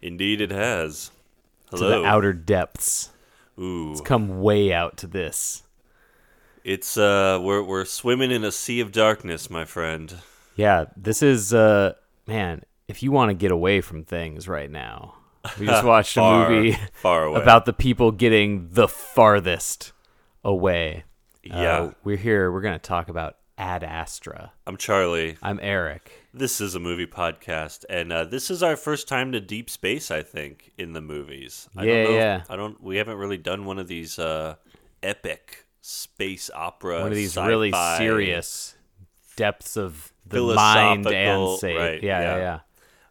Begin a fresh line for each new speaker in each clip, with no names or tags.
Indeed, it has.
To
Hello.
the outer depths.
Ooh,
It's come way out to this.
it's uh, we're we're swimming in a sea of darkness, my friend.
Yeah, this is uh man, if you want to get away from things right now. We just watched a
Far,
movie
far away.
about the people getting the farthest away. Uh,
Yeah.
we're here. We're going to talk about Ad Astra.
I'm Charlie.
I'm Eric.
This is a movie podcast, and uh, this is our first time to deep space. I think in the movies. I
Yeah,
don't know if-
yeah.
I don't. We haven't really done one of these uh, epic space opera.
One of these really
sci-fi-
serious depths of the mind and
Philosophical-
say,
right,
yeah, yeah,
yeah.
yeah.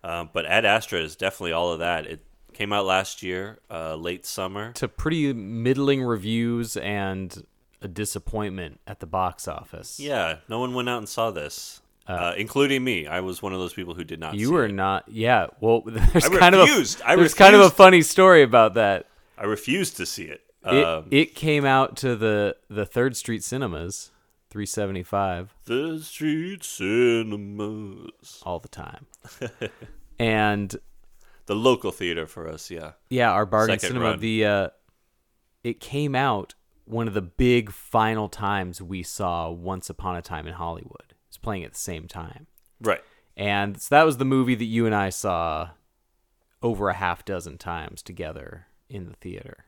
Um, but Ad Astra is definitely all of that. It came out last year, uh, late summer.
to pretty middling reviews and a disappointment at the box office.
Yeah, uh, no one went out and saw this, uh, including me. I was one of those people who did not.
You
see
were
it.
not. Yeah. Well, there's
I
kind of a,
refused. I
there's kind of a
refused.
funny story about that.
I refused to see it.
It,
Um,
it came out to the the Third Street Cinemas, 375
the street cinemas,
all the time, and
the local theater for us. Yeah,
yeah, our bargain
Second
cinema.
run.
The uh, it came out one of the big final times we saw Once Upon a Time in Hollywood. It's playing at the same time.
right.
And so that was the movie that you and I saw over a half dozen times together in the theater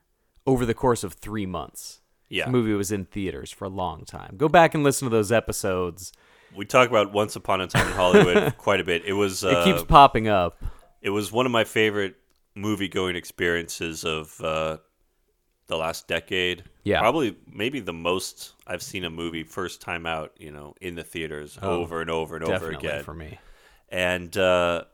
over the course of three months.
Yeah.
The movie was in theaters for a long time. Go back and listen to those episodes.
We talk about Once Upon a Time in Hollywood quite a bit. It was uh,
it keeps popping up.
it was one of my favorite movie going experiences of uh, the last decade.
Yeah.
probably maybe the most I've seen a movie first time out. You know, in the theaters over and over and over
Oh, Definitely
again
for me.
and uh,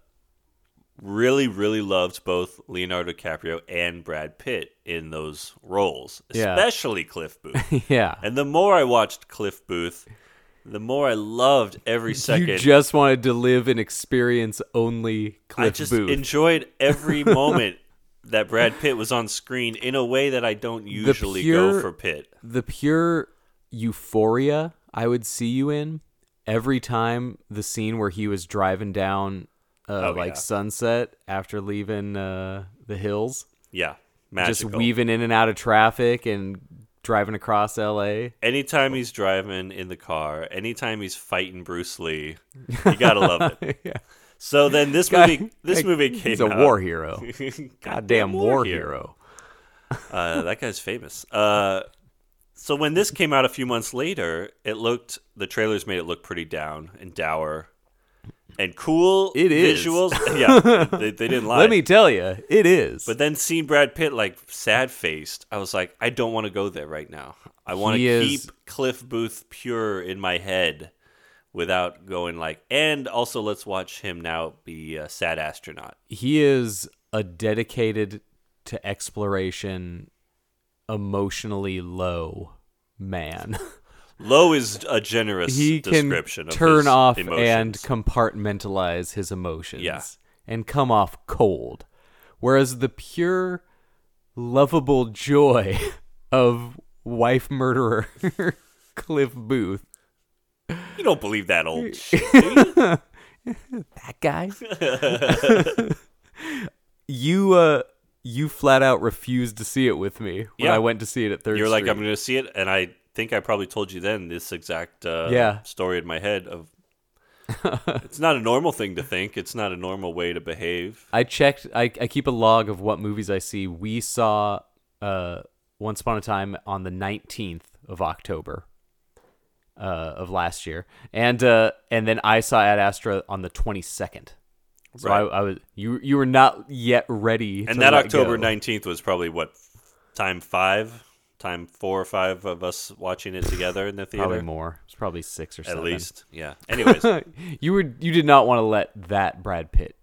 really, really loved both Leonardo DiCaprio and Brad Pitt in those roles,
Yeah.
especially Cliff Booth.
yeah.
and the more I watched Cliff Booth, the more I loved every second.
You just wanted to live and experience only Cliff
I just
Booth.
enjoyed every moment that Brad Pitt was on screen in a way that I don't usually go
pure-
for Pitt.
the pure euphoria I would see you in every time the scene where he was driving down uh,
Oh,
like
yeah.
sunset after leaving uh, the hills,
Yeah, magical.
just weaving in and out of traffic and driving across LA.
Anytime he's driving in the car, anytime he's fighting Bruce Lee, you gotta love it.
yeah.
So then this
Guy-
movie this
like,
movie came
He's a
out.
war hero.
Goddamn
Goddamn war hero.
Uh, that guy's famous. Uh, so when this came out a few months later, it looked the trailers made it look pretty down and dour and cool
It is.
visuals. yeah, they, they didn't lie.
Let me tell you, it is.
but then seeing Brad Pitt like sad faced, I was like, I don't want to go there right now. I want to
He
keep
is-
Cliff Booth pure in my head without going like. And also, let's watch him now be a sad astronaut.
he is a dedicated to exploration, emotionally low man.
Low is a generous
he can
description of
turn
his
off and
emotions.
compartmentalize his emotions
Yeah.
and come off cold whereas the pure lovable joy of wife murderer cliff booth
You don't believe that old shit.
that guy you uh you flat out refused to see it with me when
Yeah.
i went to see it at third
You're like,
Street.
I'm going to see it, and I think I probably told you then this exact uh,
Yeah.
story in my head of. it's not a normal thing to think. It's not a normal way to behave.
I checked. I, I keep a log of what movies I see. We saw uh, Once Upon a Time on the nineteenth of October uh, of last year, and uh, and then I saw Ad Astra on the twenty second. So
Right.
I, I was you you were not yet ready. to
And that
let
October
go.
19th was probably what time five, time four or five of us watching it together in the theater.
probably more. It's probably six or
At
seven.
least, yeah. Anyways,
you were you did not want to let that Brad Pitt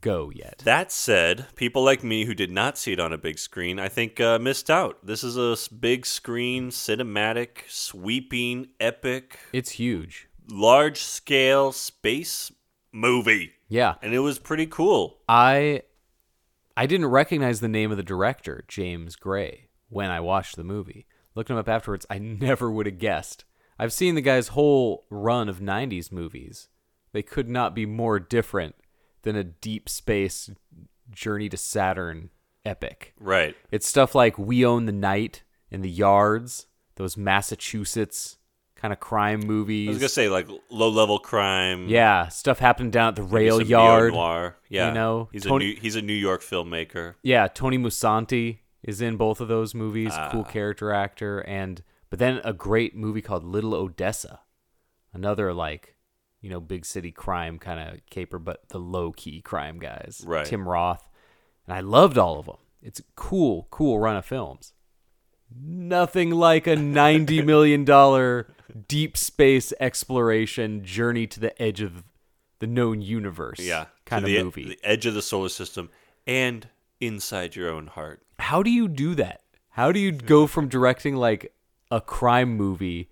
go yet.
That said, people like me who did not see it on a big screen, I think, uh, missed out. This is a s- big screen, cinematic, sweeping, epic,
It's huge.
large scale space movie.
Yeah.
And it was pretty cool.
I I didn't recognize the name of the director, James Gray, when I watched the movie. Looking him up afterwards, I never would have guessed. I've seen the guy's whole run of 90s movies. They could not be more different than a deep space journey to Saturn epic.
Right.
It's stuff like We Own the Night and The Yards, those Massachusetts kind of crime movies.
I was going to say, like, low level crime.
yeah, stuff happened down at the
maybe
rail
some
yard.
neo-noir. Yeah.
You know,
he's,
Tony-
a new, he's a New York filmmaker.
yeah, Tony Musanti is in both of those movies,
Ah.
cool character actor, and but then a great movie called Little Odessa, another like, you know, big city crime kind of caper, but the low key crime guys,
Right.
Tim Roth, and I loved all of them. It's a cool, cool run of films. Nothing like a ninety million dollar deep space exploration journey to the edge of the known universe,
Yeah.
kind
To
of
the, e-,
movie.
The edge of the solar system and inside your own heart.
how do you do that? How do you go from directing like a crime movie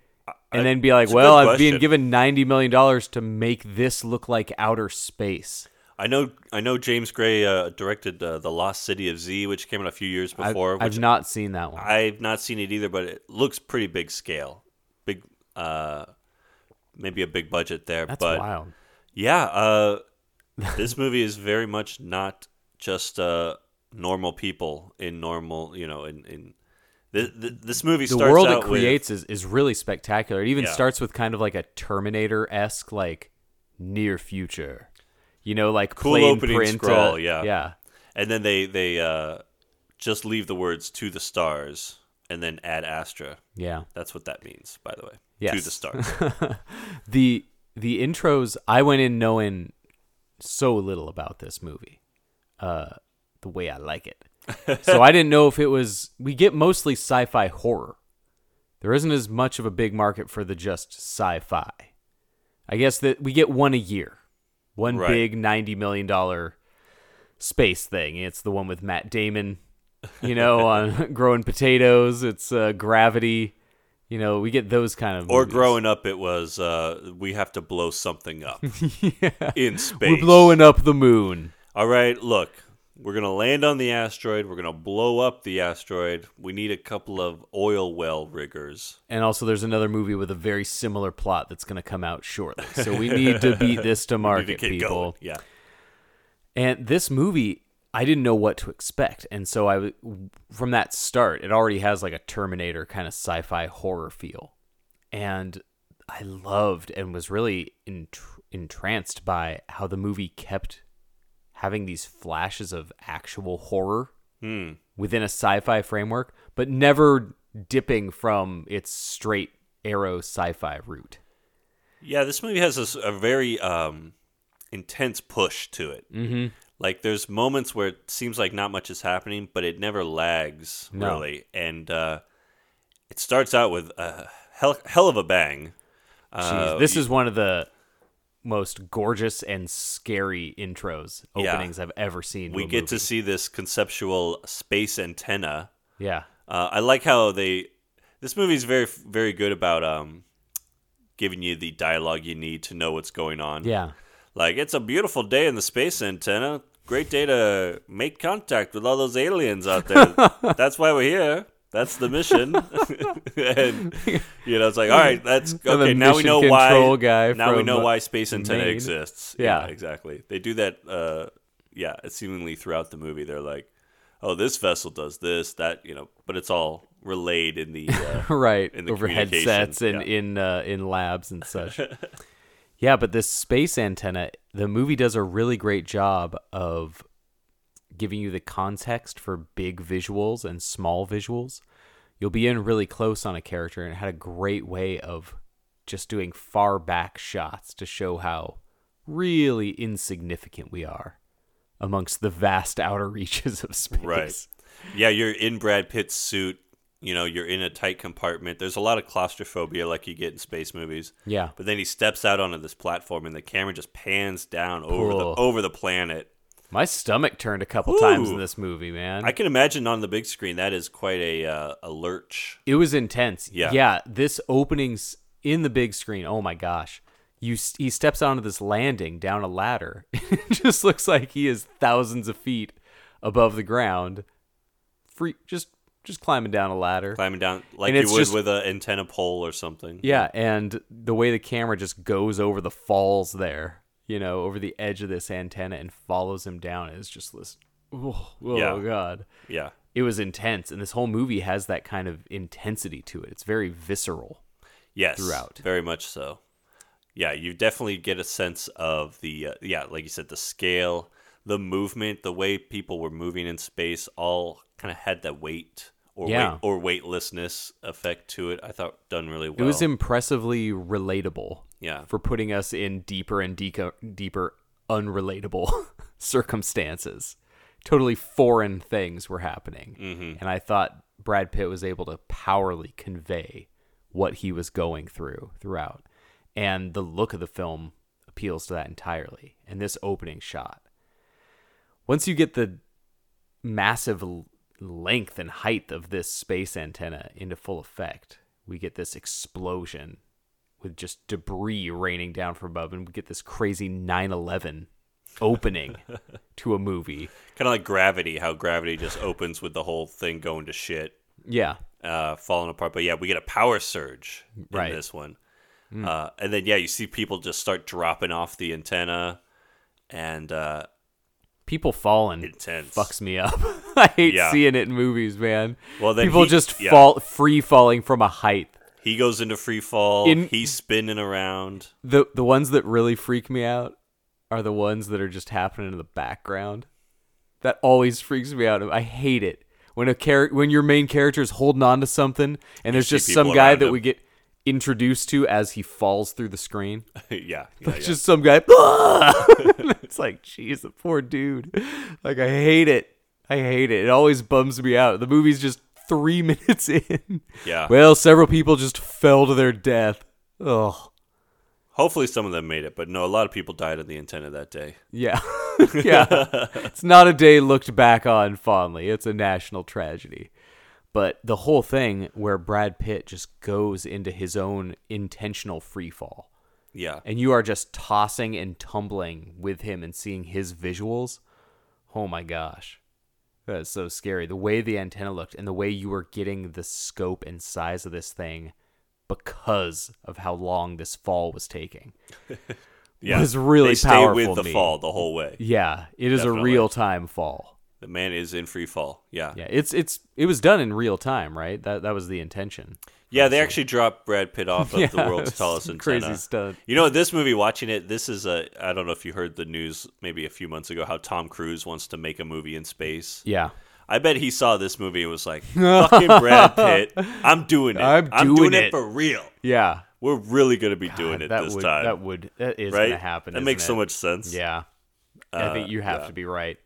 and then be like,
it's a
well,
good
I've been
question.
given ninety million dollars to make this look like outer space?
I know, I know. James Gray uh, directed uh, the Lost City of Z, which came out a few years
I've,
before.
I've
which
not seen that one.
I've not seen it either, but it looks pretty big scale, big, uh, maybe a big budget there.
That's
but
wild.
yeah, uh, this movie is very much not just uh, normal people in normal, you know, in in th- th- this movie
The
starts
world
out
it creates is, is really spectacular. It even
Yeah.
starts with kind of like a Terminator esque like near future, you know, like
Cool
plain
opening
print, uh,
scroll, yeah.
yeah.
with, and then they they uh, just leave the words "to the stars" and then add Astra.
Yeah.
That's what that means, by the way. To
Yes.
the stars.
the the intros I went in knowing so little about this movie. Uh the way I like it. so I didn't know if it was we get mostly sci-fi horror. There isn't as much of a big market for the just sci-fi. I guess that we get one a year. One
Right.
big 90 million dollar space thing. It's the one with Matt Damon, you know, on growing potatoes, it's uh, gravity. You know, we get those kind of
Or
movies.
growing up, it was uh, we have to blow something up in space.
We're blowing up the moon.
All right, look, we're gonna land on the asteroid. We're gonna blow up the asteroid. We need a couple of oil well riggers.
And also, there's another movie with a very similar plot that's going to come out shortly. So we need to beat this to
We need to
market,
get
people.
going. Yeah,
And this movie, I didn't know what to expect, and so I, w- from that start, it already has like a Terminator kind of sci-fi horror feel, and I loved and was really entr- entranced by how the movie kept having these flashes of actual horror within a sci-fi framework, but never dipping from its straight arrow sci-fi route.
yeah. This movie has a s- a, very um, intense push to it. Mm-hmm. Like there's moments where it seems like not much is happening, but it never lags
No.
really. And uh, it starts out with a hell, hell of a bang. Uh,
Jeez, this is one of the most gorgeous and scary intros
Yeah.
openings I've ever seen.
we get to see this conceptual space antenna.
yeah,
Uh, I like how they. This movie's very very good about um, giving you the dialogue you need to know what's going on.
yeah,
Like it's a beautiful day in the space antenna. Great day to make contact with all those aliens out there. That's why we're here. That's the mission. and you know, it's like, all right, that's
the
okay. Now we
mission
know why.
control guy
now we
from,
know
uh,
why space antenna
Maine.
exists.
Yeah.
exactly. They do that. Uh, yeah, seemingly throughout the movie, they're like, oh, this vessel does this, that, you know, but it's all relayed in the. Uh,
right.
In the
Over
communication,
headsets and
yeah.
in uh, in labs and such. yeah, but this space antenna, the movie does a really great job of giving you the context for big visuals and small visuals. You'll be in really close on a character, and it had a great way of just doing far back shots to show how really insignificant we are amongst the vast outer reaches of space.
Right. Yeah, you're in Brad Pitt's suit. You know, you're in a tight compartment. There's a lot of claustrophobia like you get in space movies.
Yeah.
But then he steps out onto this platform and the camera just pans down over the
Cool.
over the planet
My stomach turned a couple times in
Ooh.
this movie, man.
I can imagine on the big screen that is quite a uh, a lurch.
It was intense.
Yeah.
Yeah. This opening's in the big screen. Oh my gosh. You s- he steps onto this landing down a ladder. it just looks like he is thousands of feet above the ground. Free just just climbing down a ladder.
Climbing down like
And
you
it's
would
just-
with an antenna pole or something.
Yeah, and the way the camera just goes over the falls there, you know, over the edge of this antenna and follows him down is just this oh, oh
Yeah.
god.
Yeah.
It was intense and this whole movie has that kind of intensity to it. It's very visceral.
Yes.
throughout.
Very much so. Yeah, you definitely get a sense of the uh, yeah, like you said, the scale, the movement, the way people were moving in space, all kind of had that weight or
Yeah.
weight, or weightlessness effect to it. I thought done really well.
It was impressively relatable.
Yeah.
For putting us in deeper and deco- deeper unrelatable circumstances. Totally foreign things were happening. And I thought Brad Pitt was able to powerfully convey what he was going through throughout. And the look of the film appeals to that entirely. And this opening shot. Once you get the massive l- length and height of this space antenna into full effect. We get this explosion with just debris raining down from above, and we get this crazy 9 11 opening to a movie.
kind of like gravity, how gravity just opens with the whole thing going to shit,
Yeah.
uh, falling apart. But yeah, we get a power surge in
Right. Hmm.
this one. Uh, and then yeah, you see people just start dropping off the antenna, and uh,
People falling
Intense.
fucks me up. I hate
Yeah.
seeing it in movies, man.
Well, then
people
he-
just
yeah.
fall free falling from a height.
He goes into free fall.
In-
he's spinning around.
the the ones that really freak me out are the ones that are just happening in the background. That always freaks me out. I hate it when a char- when your main character is holding on to something and there's
see
just
people
some guy
around
that
him.
we get introduced to as he falls through the screen.
yeah, yeah, yeah.
Just some guy. it's like, geez, the poor dude. Like I hate it. I hate it. It always bums me out. The movie's just three minutes in.
Yeah.
Well, several people just fell to their death. Ugh.
Hopefully, some of them made it, but no, a lot of people died on the antenna that day.
Yeah. yeah. It's not a day looked back on fondly. It's a national tragedy. But the whole thing where Brad Pitt just goes into his own intentional free fall
Yeah,
and you are just tossing and tumbling with him and seeing his visuals. Oh my gosh. That is so scary. The way the antenna looked and the way you were getting the scope and size of this thing because of how long this fall was taking.
yeah.
Was really
they stay
powerful
with
to
the
me.
fall the whole way.
Yeah, it is a
Definitely.
real time fall.
The man is in free fall. Yeah, yeah.
Yeah, it's it's it was done in real time, right? That that was the intention.
they actually dropped Brad Pitt off of the
Yeah,
world's
some
tallest
crazy
antenna.
stunt.
You know, this movie, watching it, this is a. I don't know if you heard the news maybe a few months ago how Tom Cruise wants to make a movie in space.
Yeah.
I bet he saw this movie and was like, "Fucking Brad Pitt, I'm doing it.
I'm doing
doing
it."
it for real."
Yeah.
We're really gonna be doing it
that
this
would
time.
that would that is
right?
gonna happen.
That
isn't
makes so
it?
much sense. Uh,
Yeah. I think you have to be right.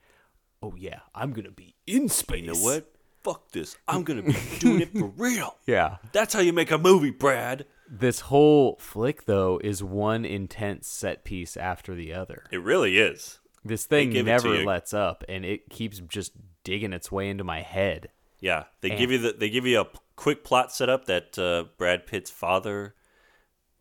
Oh yeah, I'm gonna be in space.
You know what? Fuck this. I'm gonna be doing it for real.
Yeah.
That's how you make a movie, Brad.
This whole flick though is one intense set piece after the other.
It really is.
This thing
give it to
never
you.
lets up and it keeps just digging its way into my head.
Yeah, they give you the they give you a p- quick plot setup that uh, Brad Pitt's father,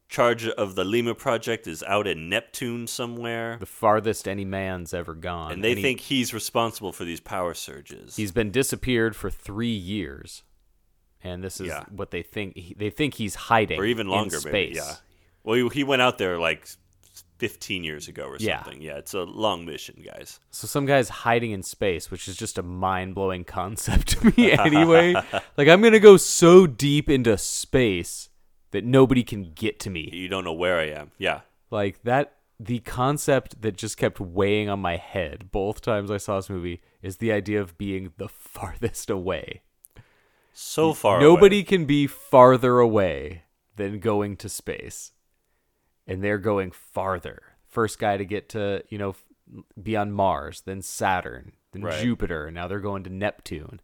charge of the Lima project, is out in Neptune somewhere,
The farthest any man's ever gone.
and they
he-
think he's responsible for these power surges.
He's been disappeared for three years, and this is
Yeah.
what they think. he- They think he's hiding,
or even
in
longer, maybe.
space.
Yeah. Well, he, he went out there like 15 years ago or
Yeah.
something. Yeah, it's a long mission, guys.
So some guy's hiding in space, which is just a mind blowing concept to me. Anyway, like I'm gonna go so deep into space that nobody can get to me.
You don't know where I am. Yeah.
Like that. The concept that just kept weighing on my head both times I saw this movie is the idea of being the farthest away.
So far away.
Nobody can be farther away than going to space. And they're going farther. First guy to get to, you know, f- be on Mars, then Saturn, then
Right.
Jupiter. and Now they're going to Neptune.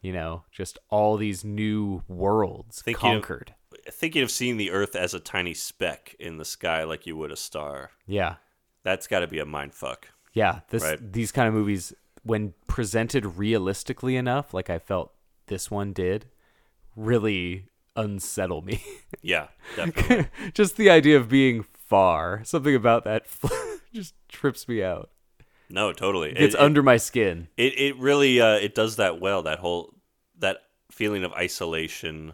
You know, just all these new worlds
Think you-
conquered.
thinking of seeing the earth as a tiny speck in the sky like you would a star
Yeah.
that's got to be a mind fuck
Yeah, this
Right.
these kind of movies when presented realistically enough, like I felt this one did, really unsettle me.
Yeah, definitely.
just the idea of being far, something about that just trips me out.
No, totally. It-
It's
it-
under my skin.
It it really uh, it does that well. That whole that feeling of isolation,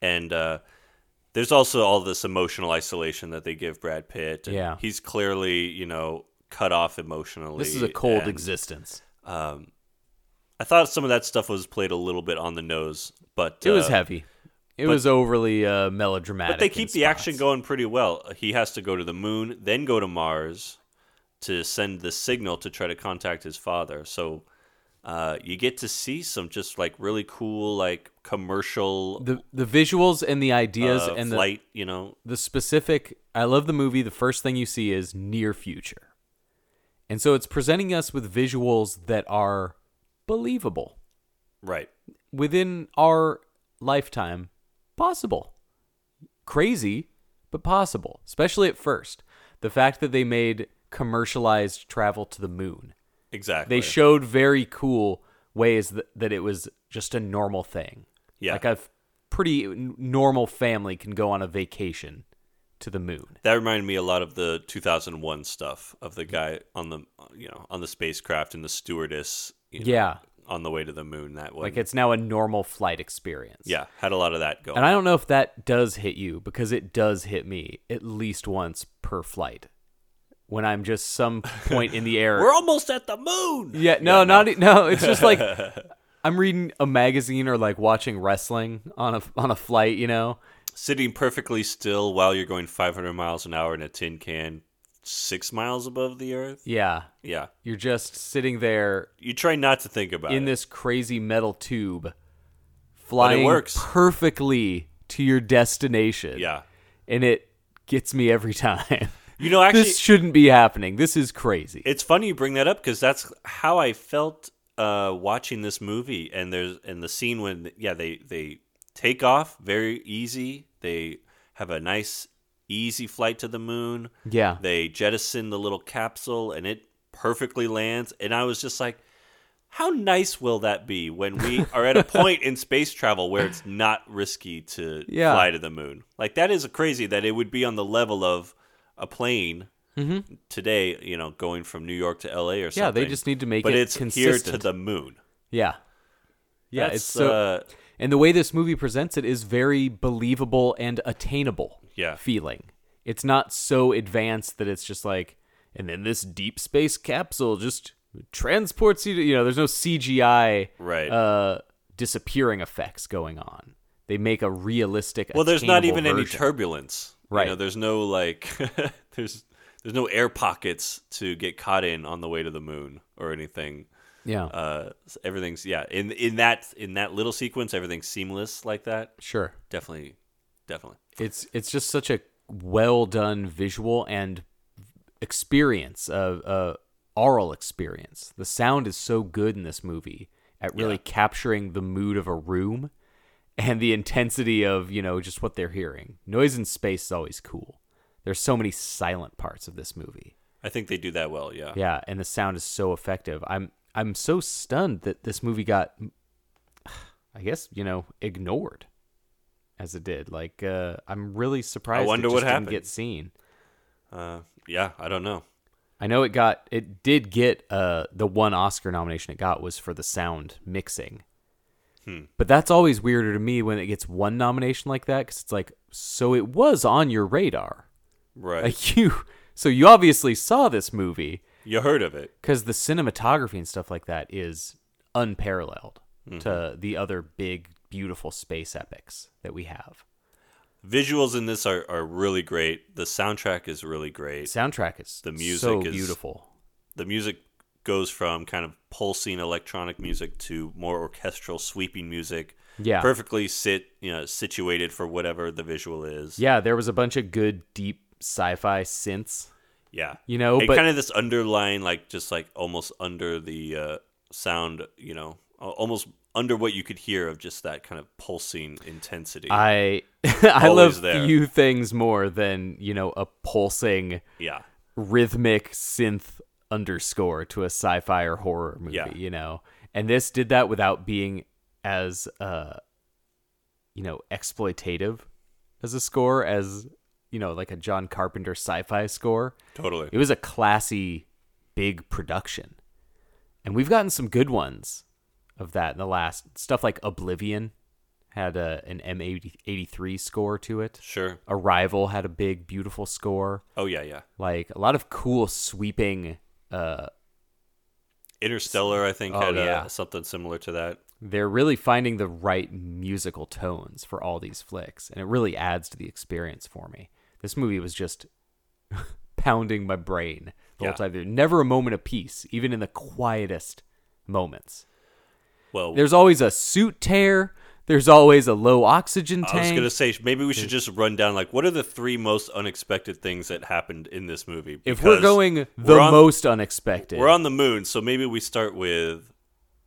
and uh, there's also all this emotional isolation that they give Brad Pitt. and
Yeah.
he's clearly you know cut off emotionally.
This is a cold
and,
existence.
Um, I thought some of that stuff was played a little bit on the nose, but
It was
uh,
heavy. It
but-
was overly uh, melodramatic.
But they
in
keep the
spots.
action going pretty well. He has to go to the moon, then go to Mars to send the signal to try to contact his father. So uh, you get to see some just like really cool, like commercial
The the visuals and the ideas
uh,
and the
flight, you know?
the specific I love the movie, the first thing you see is near future. And so it's presenting us with visuals that are believable
Right.
within our lifetime. Possible. Crazy, but possible, especially at first. The fact that they made commercialized travel to the moon.
Exactly.
They showed very cool ways that, that it was just a normal thing.
Yeah.
Like a f- pretty n- normal family can go on a vacation to the moon.
that reminded me a lot of the 2001 stuff of the guy on the you know on the spacecraft and the stewardess you know,
Yeah.
on the way to the moon that one
Like it's now a normal flight experience.
yeah had a lot of that going
And I don't know if that does hit you because it does hit me at least once per flight when I'm just some point in the air.
we're almost at the moon
yeah, no, not e- no. It's just like I'm reading a magazine or like watching wrestling on a on a flight. You know,
sitting perfectly still while you're going 500 miles an hour in a tin can six miles above the earth
yeah.
yeah
You're just sitting there
you try not to think about
in
it
this crazy metal tube, flying
works.
perfectly to your destination.
yeah
and it gets me every time.
you know actually
this shouldn't be happening. This is crazy.
it's funny you bring that up because that's how i felt uh, watching this movie and there's and the scene when yeah they they take off very easy they have a nice easy flight to the moon
yeah.
They jettison the little capsule and it perfectly lands. And I was just like, how nice will that be when we are at a point in space travel where it's not risky to
Yeah.
fly to the moon? Like, that is crazy that it would be on the level of a plane today, you know, going from New York to LA or something.
Mm-hmm. Yeah, they just need to make
but
it
it's here to
consistent.
the moon.
yeah. Yeah,
That's,
it's so
uh,
and the way this movie presents it is very believable and attainable.
Yeah.
Feeling. It's not so advanced that it's just like and then this deep space capsule just transports you to you know, there's no CGI
Right.
uh disappearing effects going on. They make a realistic
well, there's not
attainable
even any
version.
turbulence. You
Right.
know, there's no, like, there's. There's no air pockets to get caught in on the way to the moon or anything.
Yeah.
uh everything's yeah in in that in that little sequence everything's seamless like that
sure.
definitely definitely
it's it's just such a well done visual and experience uh, uh aural experience the sound is so good in this movie at really capturing the mood of a room and the intensity of you know just what they're hearing noise in space is always cool there's so many silent parts of this movie
i think they do that well yeah
yeah and the sound is so effective i'm i'm so stunned that this movie got i guess you know ignored as it did like uh i'm really surprised
wonder
it
what
just
happened.
didn't get seen
uh yeah i don't know
i know it got it did get uh the one oscar nomination it got was for the sound mixing
Hmm.
but that's always weirder to me when it gets one nomination like that because it's like so it was on your radar
right
like you so you obviously saw this movie
you heard of it
because the cinematography and stuff like that is unparalleled to
Mm-hmm.
the other big beautiful space epics that we have
visuals in this are, are really great the soundtrack is really
the
great
soundtrack is
The music
so
is-
beautiful
the music goes from kind of pulsing electronic music to more orchestral sweeping music
yeah
perfectly sit you know situated for whatever the visual is
yeah there was a bunch of good deep sci-fi synths
Yeah,
You know,
and
but-
kind of this underlying, like just like almost under the uh, sound, you know, al- almost under what you could hear of just that kind of pulsing intensity.
i i
Always
love
there.
few things more than you know a pulsing
yeah,
rhythmic synth underscore to a sci-fi or horror movie,
Yeah.
you know. And this did that without being as uh you know, exploitative as a score as you know, like a John Carpenter sci-fi score.
Totally.
It was a classy big production. And we've gotten some good ones of that in the last stuff like Oblivion had a, an M83 score to it.
Sure.
Arrival had a big, beautiful score.
Oh yeah, yeah.
Like a lot of cool, sweeping. Uh,
Interstellar, I think,
Oh,
had uh
yeah.
something similar to that.
they're really finding the right musical tones for all these flicks, and it really adds to the experience for me. This movie was just pounding my brain the
Yeah.
whole time. There never a moment of peace, even in the quietest moments.
Well,
There's always a suit tear. There's always a low oxygen tank.
I was gonna say maybe we should just run down like what are the three most unexpected things that happened in this movie?
if we're
Because
going the
we're on-
most unexpected,
we're on the moon, so maybe we start with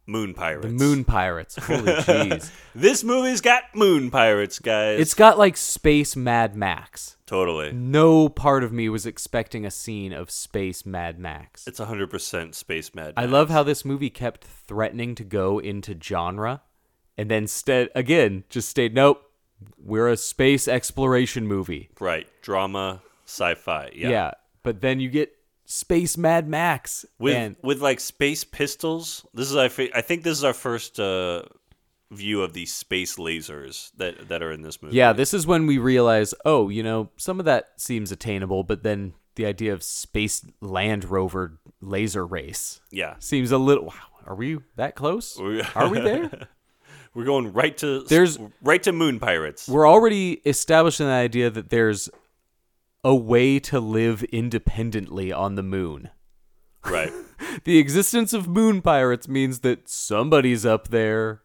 moon pirates.
the moon pirates. Holy jeez.
This movie's got moon pirates, guys.
It's got like space Mad Max.
totally.
No part of me was expecting a scene of space Mad Max.
It's hundred percent space mad.
I
Max.
love how this movie kept threatening to go into genre and then st- again just stayed nope, we're a space exploration movie.
right drama, sci-fi. Yeah,
Yeah. But then you get space Mad Max
with
and
with like space pistols. This is our fa- I think this is our first uh, view of these space lasers that that are in this movie.
yeah, this is when we realize, oh, you know, some of that seems attainable, but then the idea of space Land Rover laser race
yeah.
seems a little wow, are we that close?
We-
Are we there?
We're going right to
There's-
right to moon pirates.
we're already establishing the idea that there's a way to live independently on the moon.
Right.
The existence of moon pirates means that somebody's up there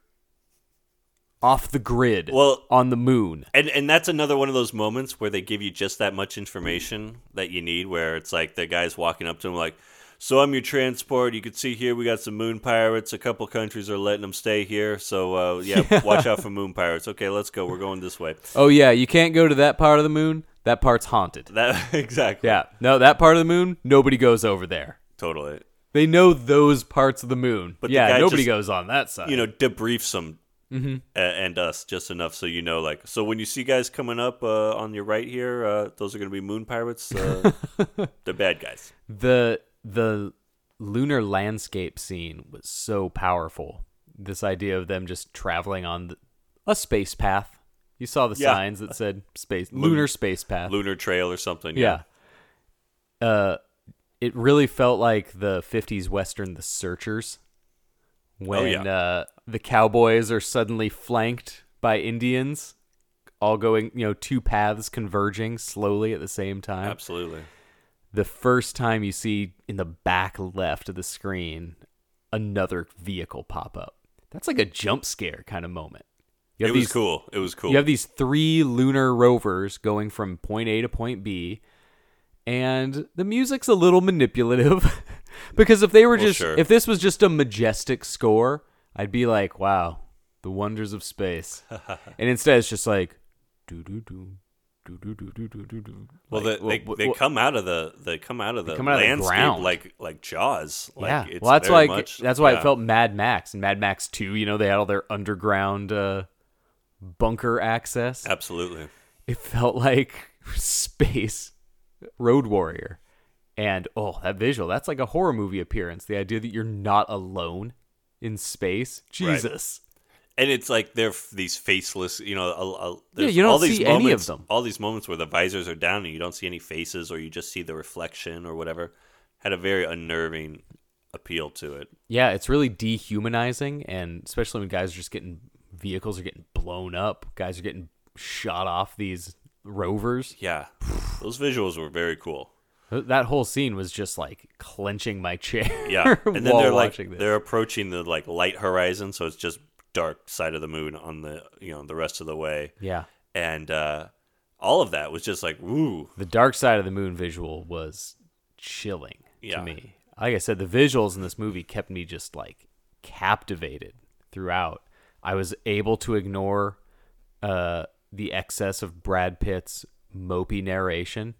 off the grid
Well-
on the moon.
And and that's another one of those moments where they give you just that much information that you need. Where it's like the guy's walking up to him like, "So I'm your transport. You can see here we got some moon pirates. A couple countries are letting them stay here. So uh, yeah, watch out for moon pirates. Okay, let's go. We're going this way.
Oh yeah, you can't go to that part of the moon. That part's haunted.
That exactly.
Yeah. No, that part of the moon, nobody goes over there.
Totally.
They know those parts of the moon.
But
But
the
yeah,
guy
nobody
just-
goes on that side.
You know, debriefs them
Mm-hmm.
a- and us just enough so you know. Like, so when you see guys coming up uh, on your right here, uh, those are going to be moon pirates. Uh, they're bad guys.
the the lunar landscape scene was so powerful. This idea of them just traveling on the, a space path. You saw the
Yeah.
signs that said space lunar space path.
Lunar trail or something.
yeah. Uh, it really felt like the '50s western, The Searchers, when
Oh, yeah.
uh, the cowboys are suddenly flanked by Indians, all going you know two paths converging slowly at the same time
Absolutely.
the first time you see in the back left of the screen another vehicle pop up. That's like a jump scare kind of moment. You
It
have
was
these-
cool. It was cool.
You have these three lunar rovers going from point A to point B, and the music's a little manipulative because if they were
Well,
just
sure.
if this was just a majestic score, I'd be like, "Wow, the wonders of space," and instead it's just like, "Do do do." Do, do, do, do, do, do, do.
well,
Like,
they, they,
wha-
they
wha-
come out of the they come out of the
come out of the
landscape
ground.
like like Jaws. Like, It's
well, that's
very
why
much-
that's why
yeah.
it felt Mad Max and Mad Max Two. You know, they had all their underground uh, bunker access.
absolutely.
It felt like space Road Warrior, and oh, that visual. That's like a horror movie appearance. The idea that you're not alone in space. Jesus.
And it's like they're f- these faceless, you know. A, a, there's
you don't
all these
see any of
moments,
them.
All these moments where the visors are down and you don't see any faces, or you just see the reflection or whatever, had a very unnerving appeal to it.
Yeah, it's really dehumanizing, and especially when guys are just getting vehicles are getting blown up. Guys are getting shot off these rovers.
Yeah, those visuals were very cool.
Th- That whole scene was just like clenching my chair.
Yeah, and then
while
they're like
watching this.
they're approaching the like light horizon, so it's just dark side of the moon on the you know the rest of the way,
yeah.
and uh, all of that was just like woo,
The dark side of the moon visual was chilling
Yeah.
to me. Like I said, the visuals in this movie kept me just like captivated throughout. I was able to ignore uh, the excess of Brad Pitt's mopey narration.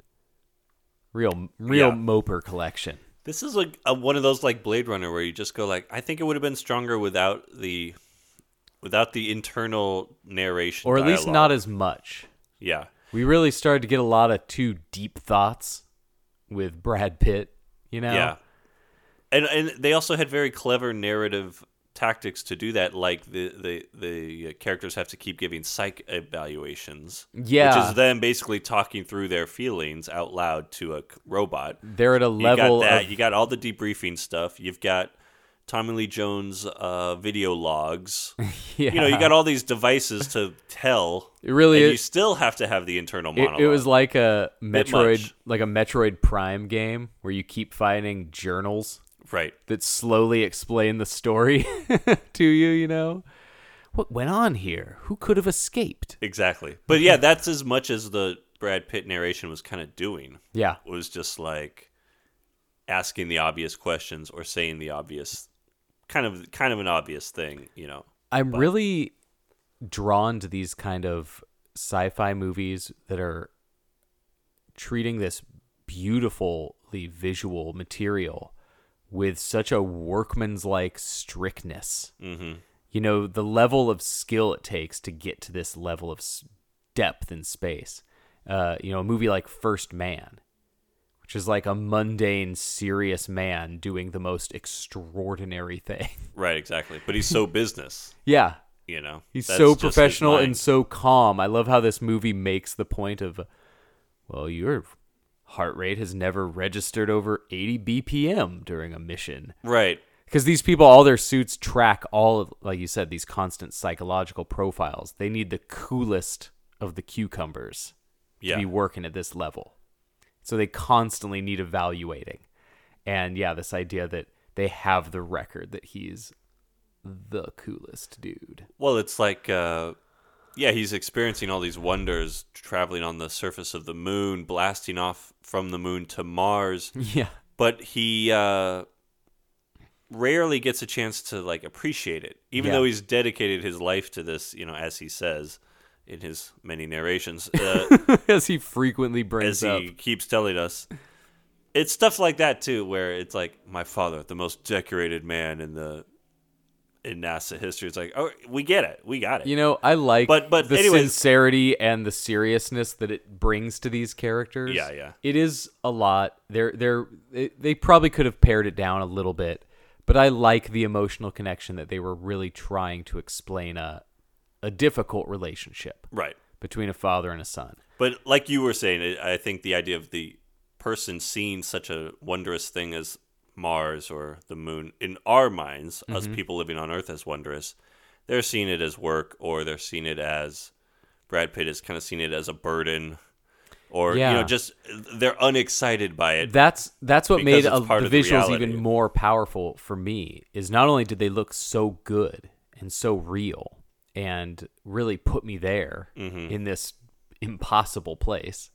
Real, real
Yeah.
moper collection.
This is like a, one of those like Blade Runner where you just go like, I think it would have been stronger without the without the internal narration,
or at least not
dialogue.
as much.
yeah.
We really started to get a lot of too deep thoughts with Brad Pitt, you know?
Yeah. And and they also had very clever narrative tactics to do that like the the the uh, characters have to keep giving psych evaluations. Which
Yeah.
is them basically talking through their feelings out loud to a c- robot.
They're at a level
you got that.
of
You got all the debriefing stuff. You've got Tommy Lee Jones uh, video logs.
yeah.
You know, you got all these devices to tell.
It really
and
is-
You still have to have the internal
It-
monologue.
It, was like a
Bit
Metroid,
much.
like a Metroid Prime game where you keep finding journals
right.
that slowly explain the story to you. You know, what went on here? Who could have escaped?
Exactly. But yeah, that's as much as the Brad Pitt narration was kind of doing.
Yeah,
Was just like asking the obvious questions or saying the obvious kind of kind of an obvious thing, you know.
I'm really drawn to these kind of sci-fi movies that are treating this beautifully visual material with such a workman's like strictness. Mm-hmm. You know, the level of skill it takes to get to this level of s- depth in space. Uh, you know, a movie like First Man, which is like a mundane, serious man doing the most extraordinary thing.
Right, exactly. But he's so business,
yeah,
you know.
He's
That's
so
just his
professional
mind.
and so calm. I love how this movie makes the point of, well, your heart rate has never registered over 80 BPM during a mission.
Right.
Because these people, all their suits track all of, like you said, these constant psychological profiles. They need the coolest of the cucumbers
Yeah.
to be working at this level. So they constantly need evaluating. And yeah, this idea that they have the record that he's the coolest dude.
Well, it's like, uh, yeah, he's experiencing all these wonders, traveling on the surface of the moon, blasting off from the moon to Mars,
Yeah.
but he uh, rarely gets a chance to like appreciate it, even
Yeah.
though he's dedicated his life to this. You know, as he says in his many narrations, uh,
as he frequently
as
brings up.
he keeps telling us. It's stuff like that too, where it's like my father, the most decorated man in the in NASA history. It's like, oh, we get it, we got it.
You know, I like
But- but
the
anyways-
sincerity and the seriousness that it brings to these characters.
Yeah, yeah.
It is a lot. They're they're they- they probably could have pared it down a little bit, but I like the emotional connection that they were really trying to explain a a difficult relationship
right.
between a father and a son.
But like you were saying, I I think the idea of the person seeing such a wondrous thing as Mars or the moon in our minds,
Mm-hmm.
us people living on Earth, as wondrous, they're seeing it as work, or they're seeing it as Brad Pitt is kind of seeing it as a burden, or you
Yeah.
know, just they're unexcited by it.
That's that's what
Because
made
it's
a,
part
the
of the
visuals
reality.
even more powerful for me. Is not only did they look so good and so real and really put me there
Mm-hmm.
in this impossible place,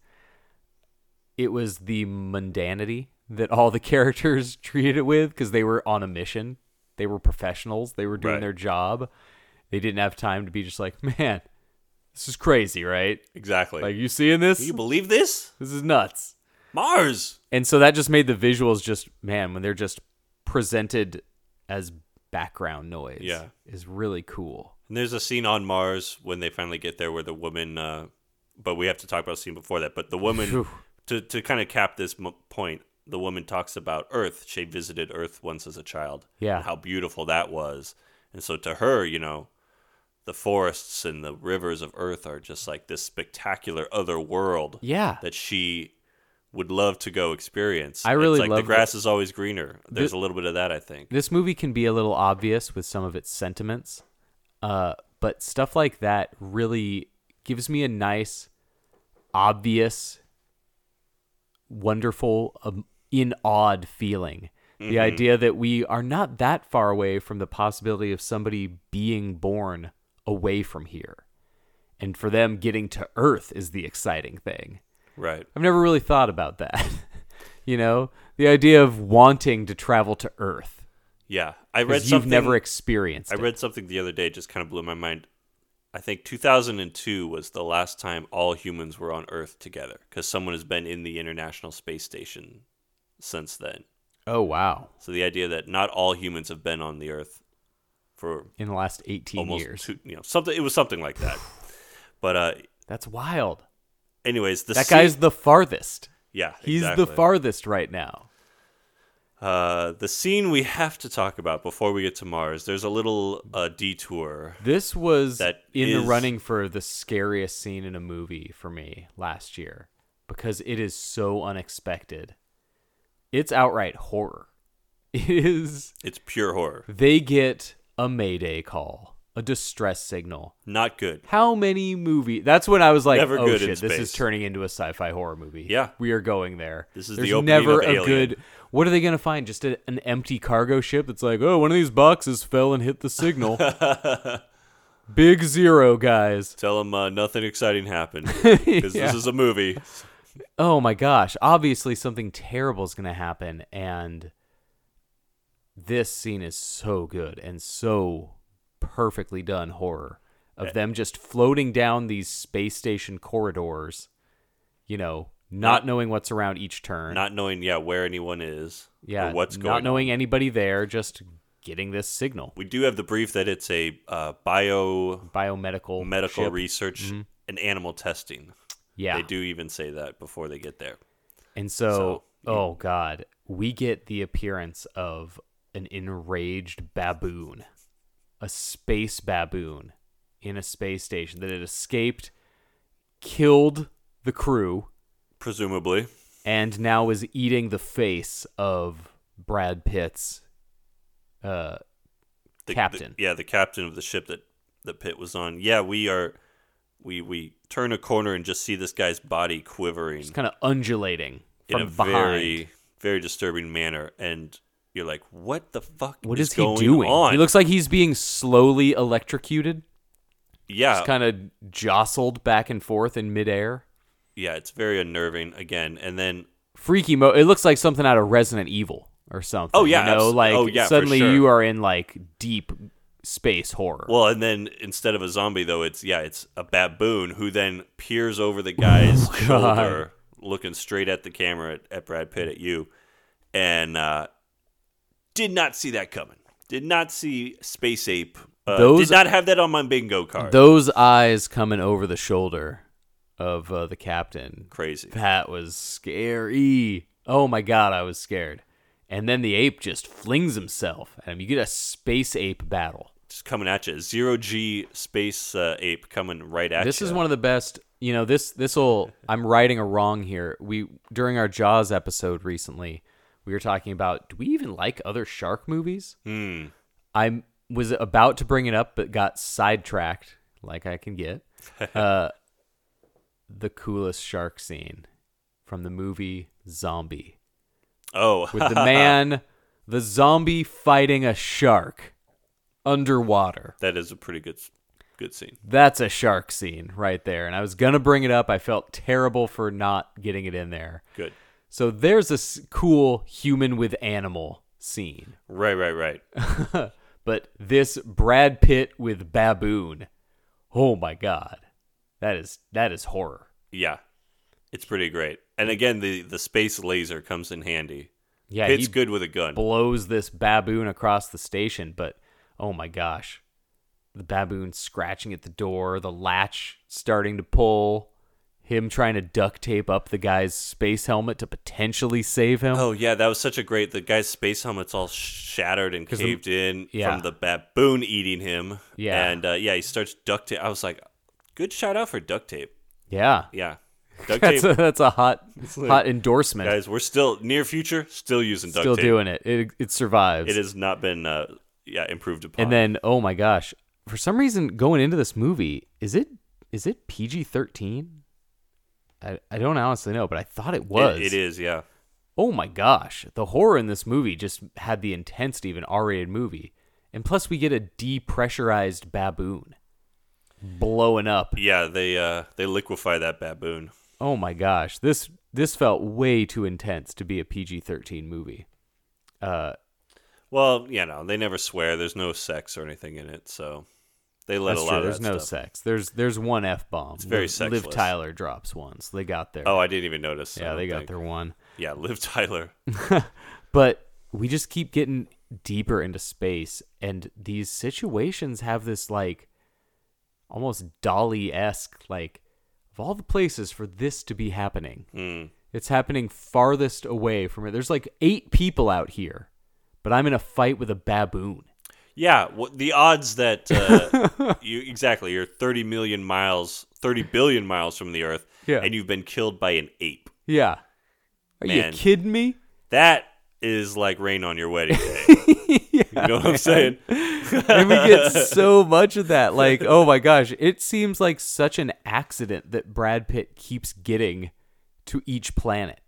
it was the mundanity that all the characters treated it with because they were on a mission. They were professionals. They were doing
Right.
their job. They didn't have time to be just like, man, this is crazy, right?
exactly.
Like you seeing this?
Do you believe this?
This is nuts.
Mars.
And so that just made the visuals just man when they're just presented as background noise.
Yeah.
is really cool.
And there's a scene on Mars when they finally get there where the woman, uh, but we have to talk about a scene before that. But the woman,
Phew.
to, to kind of cap this m- point, the woman talks about Earth. She visited Earth once as a child.
Yeah.
And how beautiful that was. And so to her, you know, the forests and the rivers of Earth are just like this spectacular other world
Yeah,
that she would love to go experience.
I really
it's like
love
the
the-
grass is always greener. There's a little bit of that, I think.
this movie can be a little obvious with some of its sentiments, uh, but stuff like that really gives me a nice, obvious, wonderful, um, in awed feeling. The idea that we are not that far away from the possibility of somebody being born away from here. And for them, getting to Earth is the exciting thing.
Right.
I've never really thought about that. you know, the idea of wanting to travel to Earth
Yeah. I read
because
something.
you've never experienced.
I
it.
read something the other day just kind of blew my mind. I think 2002 was the last time all humans were on Earth together because someone has been in the International Space Station since then.
Oh wow!
So the idea that not all humans have been on the Earth for
In the last eighteen
almost
years,
two, you know something. It was something like that. but uh,
that's wild.
anyways, the
That
sea-
guy's the farthest.
yeah,
He's the
exactly.
farthest right now.
Uh, the scene we have to talk about before we get to Mars. There's a little uh, detour.
This was
That
in the
is-
running for the scariest scene in a movie for me last year because it is so unexpected. It's outright horror. It is.
It's pure horror.
They get a mayday call, a distress signal.
Not good.
How many movie? That's when I was like,
Never
"Oh
good in
shit, this is
space.
turning into a sci-fi horror movie."
Yeah.
we are going there.
This is
There's
the opening
never
of
a
Alien.
good. What are they gonna find? Just a, an empty cargo ship that's like, "Oh, one of these boxes fell and hit the signal." Big zero, guys.
Tell them uh, nothing exciting happened because
Yeah.
this is a movie.
Oh my gosh! Obviously, something terrible is gonna happen, and this scene is so good and so perfectly done horror
Eh.
of them just floating down these space station corridors, you know, not
Not-
knowing what's around each turn,
Not knowing, yeah, where anyone is.
yeah,
Or what's going
not
on.
knowing anybody there, just getting this signal.
We do have the brief that it's a uh, bio
Biomedical
medical
ship. Mm-hmm.
research and animal testing.
yeah,
They do even say that before they get there.
And so,
So,
oh god, we get the appearance of an enraged baboon, a space baboon in a space station that had escaped, killed the crew,
Presumably.
and now is eating the face of Brad Pitt's uh
The,
Captain.
the- yeah, the captain of the ship that the pit was on. Yeah, we are we we turn a corner and just see this guy's body quivering
just kind of undulating
in
from
a
behind.
very very disturbing manner and you're like, "What the fuck
what
is,
is he
going
doing?
on?"
He looks like he's being slowly electrocuted,
yeah,
just kind of jostled back and forth in midair.
yeah, it's very unnerving again. And then
freaky mo it looks like something out of Resident Evil or something.
Oh, yeah,
you know,
abso-
like
oh, yeah, for
suddenly
sure.
you are in like deep space horror.
Well, and then instead of a zombie, though, it's yeah, it's a baboon who then peers over the guy's
Oh,
shoulder, looking straight at the camera at, at Brad Pitt at you, and uh, did not see that coming. Did not see Space Ape. Uh,
Those-
did not have that on my bingo card.
Those eyes coming over the shoulder of uh, the captain.
Crazy.
That was scary. Oh my god, I was scared. And then the ape just flings himself at him. You get a space ape battle.
Just coming at you. Zero G Space uh, Ape coming right at you.
This is one of the best. You know, this this will. I'm righting a wrong here. We during our Jaws episode recently, we were talking about do we even like other shark movies? I was about to bring it up, but got sidetracked, like I can get. Uh, the coolest shark scene from the movie Zombie
Oh,
with the man, the zombie fighting a shark underwater.
that is a pretty good, good scene.
That's a shark scene right there. And I was going to bring it up. I felt terrible for not getting it in there.
Good.
So there's this cool human with animal scene.
Right, right, right.
but this Brad Pitt with baboon. Oh my god. That is that is horror.
Yeah, it's pretty great. And again, the the space laser comes in handy.
Yeah,
Pitt's
he
good with a gun.
blows this baboon across the station, but oh my gosh. The baboon scratching at the door, the latch starting to pull, him trying to duct tape up the guy's space helmet to potentially save him.
oh yeah, that was such a great. The guy's space helmet's all shattered and
'Cause the-
caved in
yeah.
from the baboon eating him.
Yeah.
and uh, yeah, he starts duct tape. I was like, good shout out for duct tape.
Yeah.
Yeah, duct
That's
tape.
a, that's a hot
like-
hot endorsement.
Guys, we're still near future, still using duct
Still
tape.
doing it. It it survives.
It has not been, uh, yeah, improved upon.
And then, oh my gosh, for some reason, going into this movie, is it is it PG thirteen? I, I don't honestly know, but I thought it
It-
was.
it is, yeah.
Oh my gosh, the horror in this movie just had the intensity of an R rated movie, and plus we get a depressurized baboon blowing up.
Yeah, they uh, they liquefy that baboon.
Oh my gosh, this this felt way too intense to be a PG thirteen movie. Uh,
Well, you know, they never swear. There's no sex or anything in it, so they let
that's
a lot
true.
of
There's
that
no
stuff.
sex. There's there's one f bomb.
It's very
Liv, Liv
sexless.
Tyler drops one, so they got there.
Oh, I didn't even notice. I
yeah,
don't
they got
think.
their one.
Yeah, Liv Tyler.
But we just keep getting deeper into space and these situations have this like almost dolly esque like of all the places for this to be happening. It's happening farthest away from it. There's like eight people out here, but I'm in a fight with a baboon.
Yeah, wh- the odds that uh, you exactly you're 30 million miles, 30 billion miles from the Earth,
Yeah.
and you've been killed by an ape.
Yeah. Are
Man.
you kidding me?
That is like rain on your wedding day. you know what I'm saying?
and we get so much of that. Like, oh my gosh, it seems like such an accident that Brad Pitt keeps getting to each planet.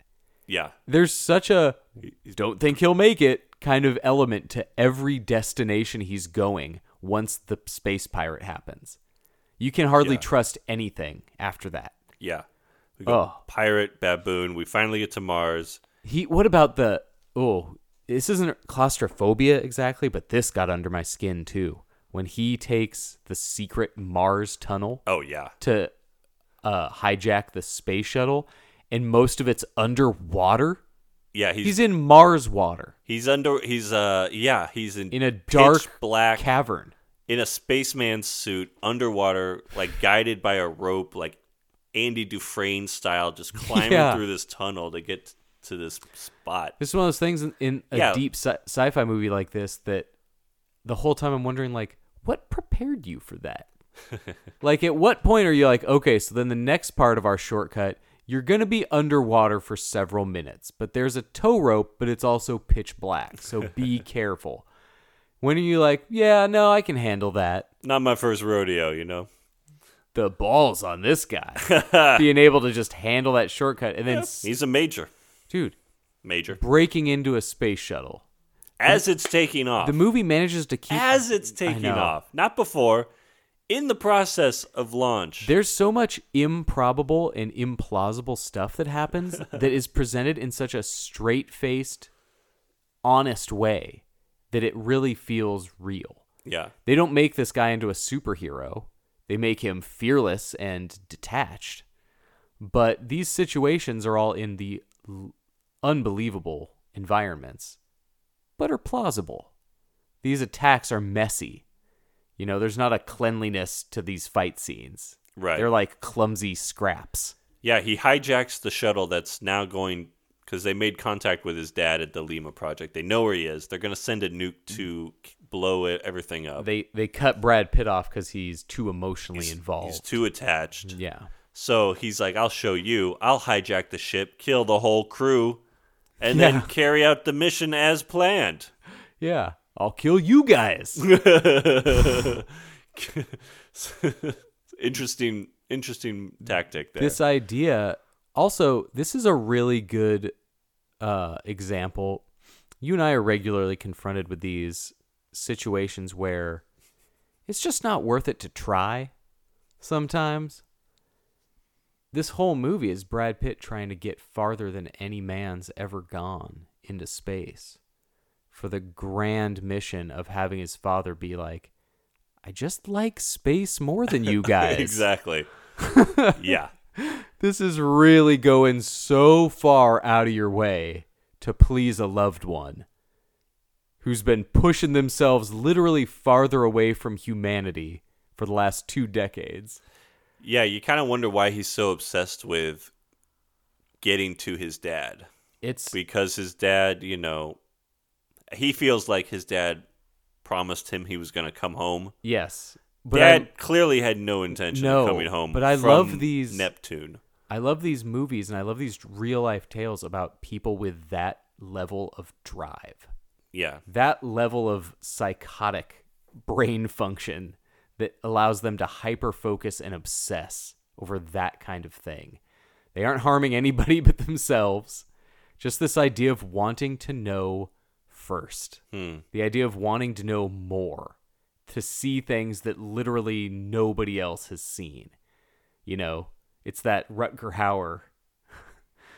Yeah,
There's such a don't think he'll make it kind of element to every destination he's going once the space pirate happens. You can hardly
Yeah.
trust anything after that.
yeah. We go
Oh,
pirate baboon. We finally get to Mars.
he what about the oh, this isn't claustrophobia exactly, but this got under my skin too. When he takes the secret Mars tunnel
Oh yeah,
to uh, hijack the space shuttle, and most of it's underwater.
yeah. He's
He's in Mars water
he's under he's uh yeah he's in
in a
pitch
dark
black
cavern.
in a spaceman suit underwater, like guided by a rope, like Andy Dufresne style, just climbing
Yeah.
through this tunnel to get to this spot.
It's one of those things in, in a
Yeah.
deep sci- sci-fi movie like this that the whole time I'm wondering, like, what prepared you for that? like, at what point are you like, okay, so then the next part of our shortcut, you're gonna be underwater for several minutes, but there's a tow rope, but it's also pitch black, so be careful. When are you like, yeah, no, I can handle that?
Not my first rodeo, you know.
the balls on this guy being able to just handle that shortcut and then s-
He's a major,
dude
major.
breaking into a space shuttle
As it's taking off,
the movie manages to keep
as it's
I
taking
know.
off, not before, in the process of launch.
there's so much improbable and implausible stuff that happens that is presented in such a straight-faced honest way that it really feels real
yeah,
they don't make this guy into a superhero. They make him fearless and detached. But these situations are all in the l- unbelievable environments, but are plausible. These attacks are messy. You know, there's not a cleanliness to these fight scenes.
right.
They're like clumsy scraps.
yeah, he hijacks the shuttle that's now going because they made contact with his dad at the Lima project. They know where he is. They're going to send a nuke
Mm-hmm.
to k- blow it, everything up.
They they cut Brad Pitt off because he's too emotionally involved.
He's too attached.
yeah.
So he's like, I'll show you. I'll hijack the ship, kill the whole crew, and then
Yeah.
carry out the mission as planned.
Yeah. I'll kill you guys.
interesting, interesting tactic there.
this idea also this is a really good uh, example you and i are regularly confronted with these situations where it's just not worth it to try sometimes this whole movie is brad pitt trying to get farther than any man's ever gone into space for the grand mission of having his father be like i just like space more than you uh, guys
exactly. yeah.
this is really going so far out of your way to please a loved one who's been pushing themselves literally farther away from humanity for the last two decades.
Yeah, you kind of wonder why he's so obsessed with getting to his dad.
It's
Because his dad, you know, he feels like his dad promised him he was going to come home.
yes, but
But dad
I-
clearly had no intention
No,
of coming home.
but I
from
love these-
Neptune.
I love these movies and I love these real life tales about people with that level of drive.
Yeah,
that level of psychotic brain function that allows them to hyper focus and obsess over that kind of thing. They aren't harming anybody but themselves. Just this idea of wanting to know first, the idea of wanting to know more, to see things that literally nobody else has seen. You know, it's that Rutger Hauer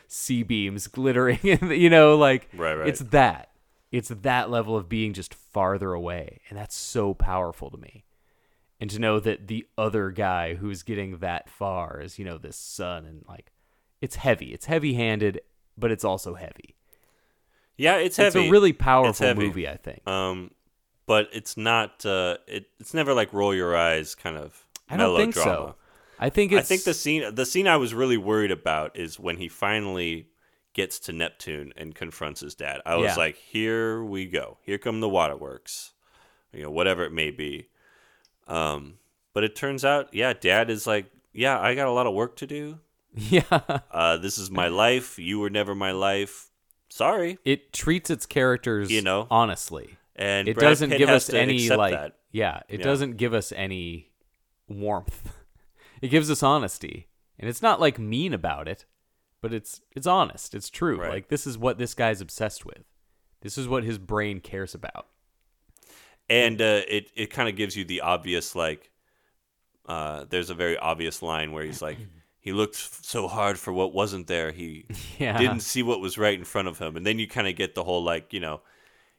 sea beams glittering, in the, you know, like
Right, right.
it's that. It's that level of being just farther away. And that's so powerful to me. And to know that the other guy who's getting that far is, you know, this son and like it's heavy. It's heavy handed, but it's also heavy.
Yeah, it's
It's
heavy.
a really powerful
heavy.
movie, I think.
um, but it's not. Uh, it, it's never like roll your eyes kind of
I don't think
melodrama.
so. I think
I
it's
think the scene the scene I was really worried about is when he finally gets to Neptune and confronts his dad. I was
Yeah.
like, here we go. Here come the waterworks. You know, whatever it may be. Um, but it turns out, yeah, dad is like, yeah, I got a lot of work to do.
yeah.
Uh, this is my life. You were never my life. Sorry.
It treats its characters,
You know?
honestly.
And
it
Brad
doesn't
Pitt
give
has
us
to
any
accept
like
that.
yeah, it
Yeah.
doesn't give us any warmth. It gives us honesty, and it's not like mean about it, but it's it's honest. It's true.
Right.
Like this is what this guy's obsessed with. This is what his brain cares about.
and uh, it it kind of gives you the obvious like uh, there's a very obvious line where he's like he looked f- so hard for what wasn't there he
Yeah.
didn't see what was right in front of him and then you kind of get the whole like you know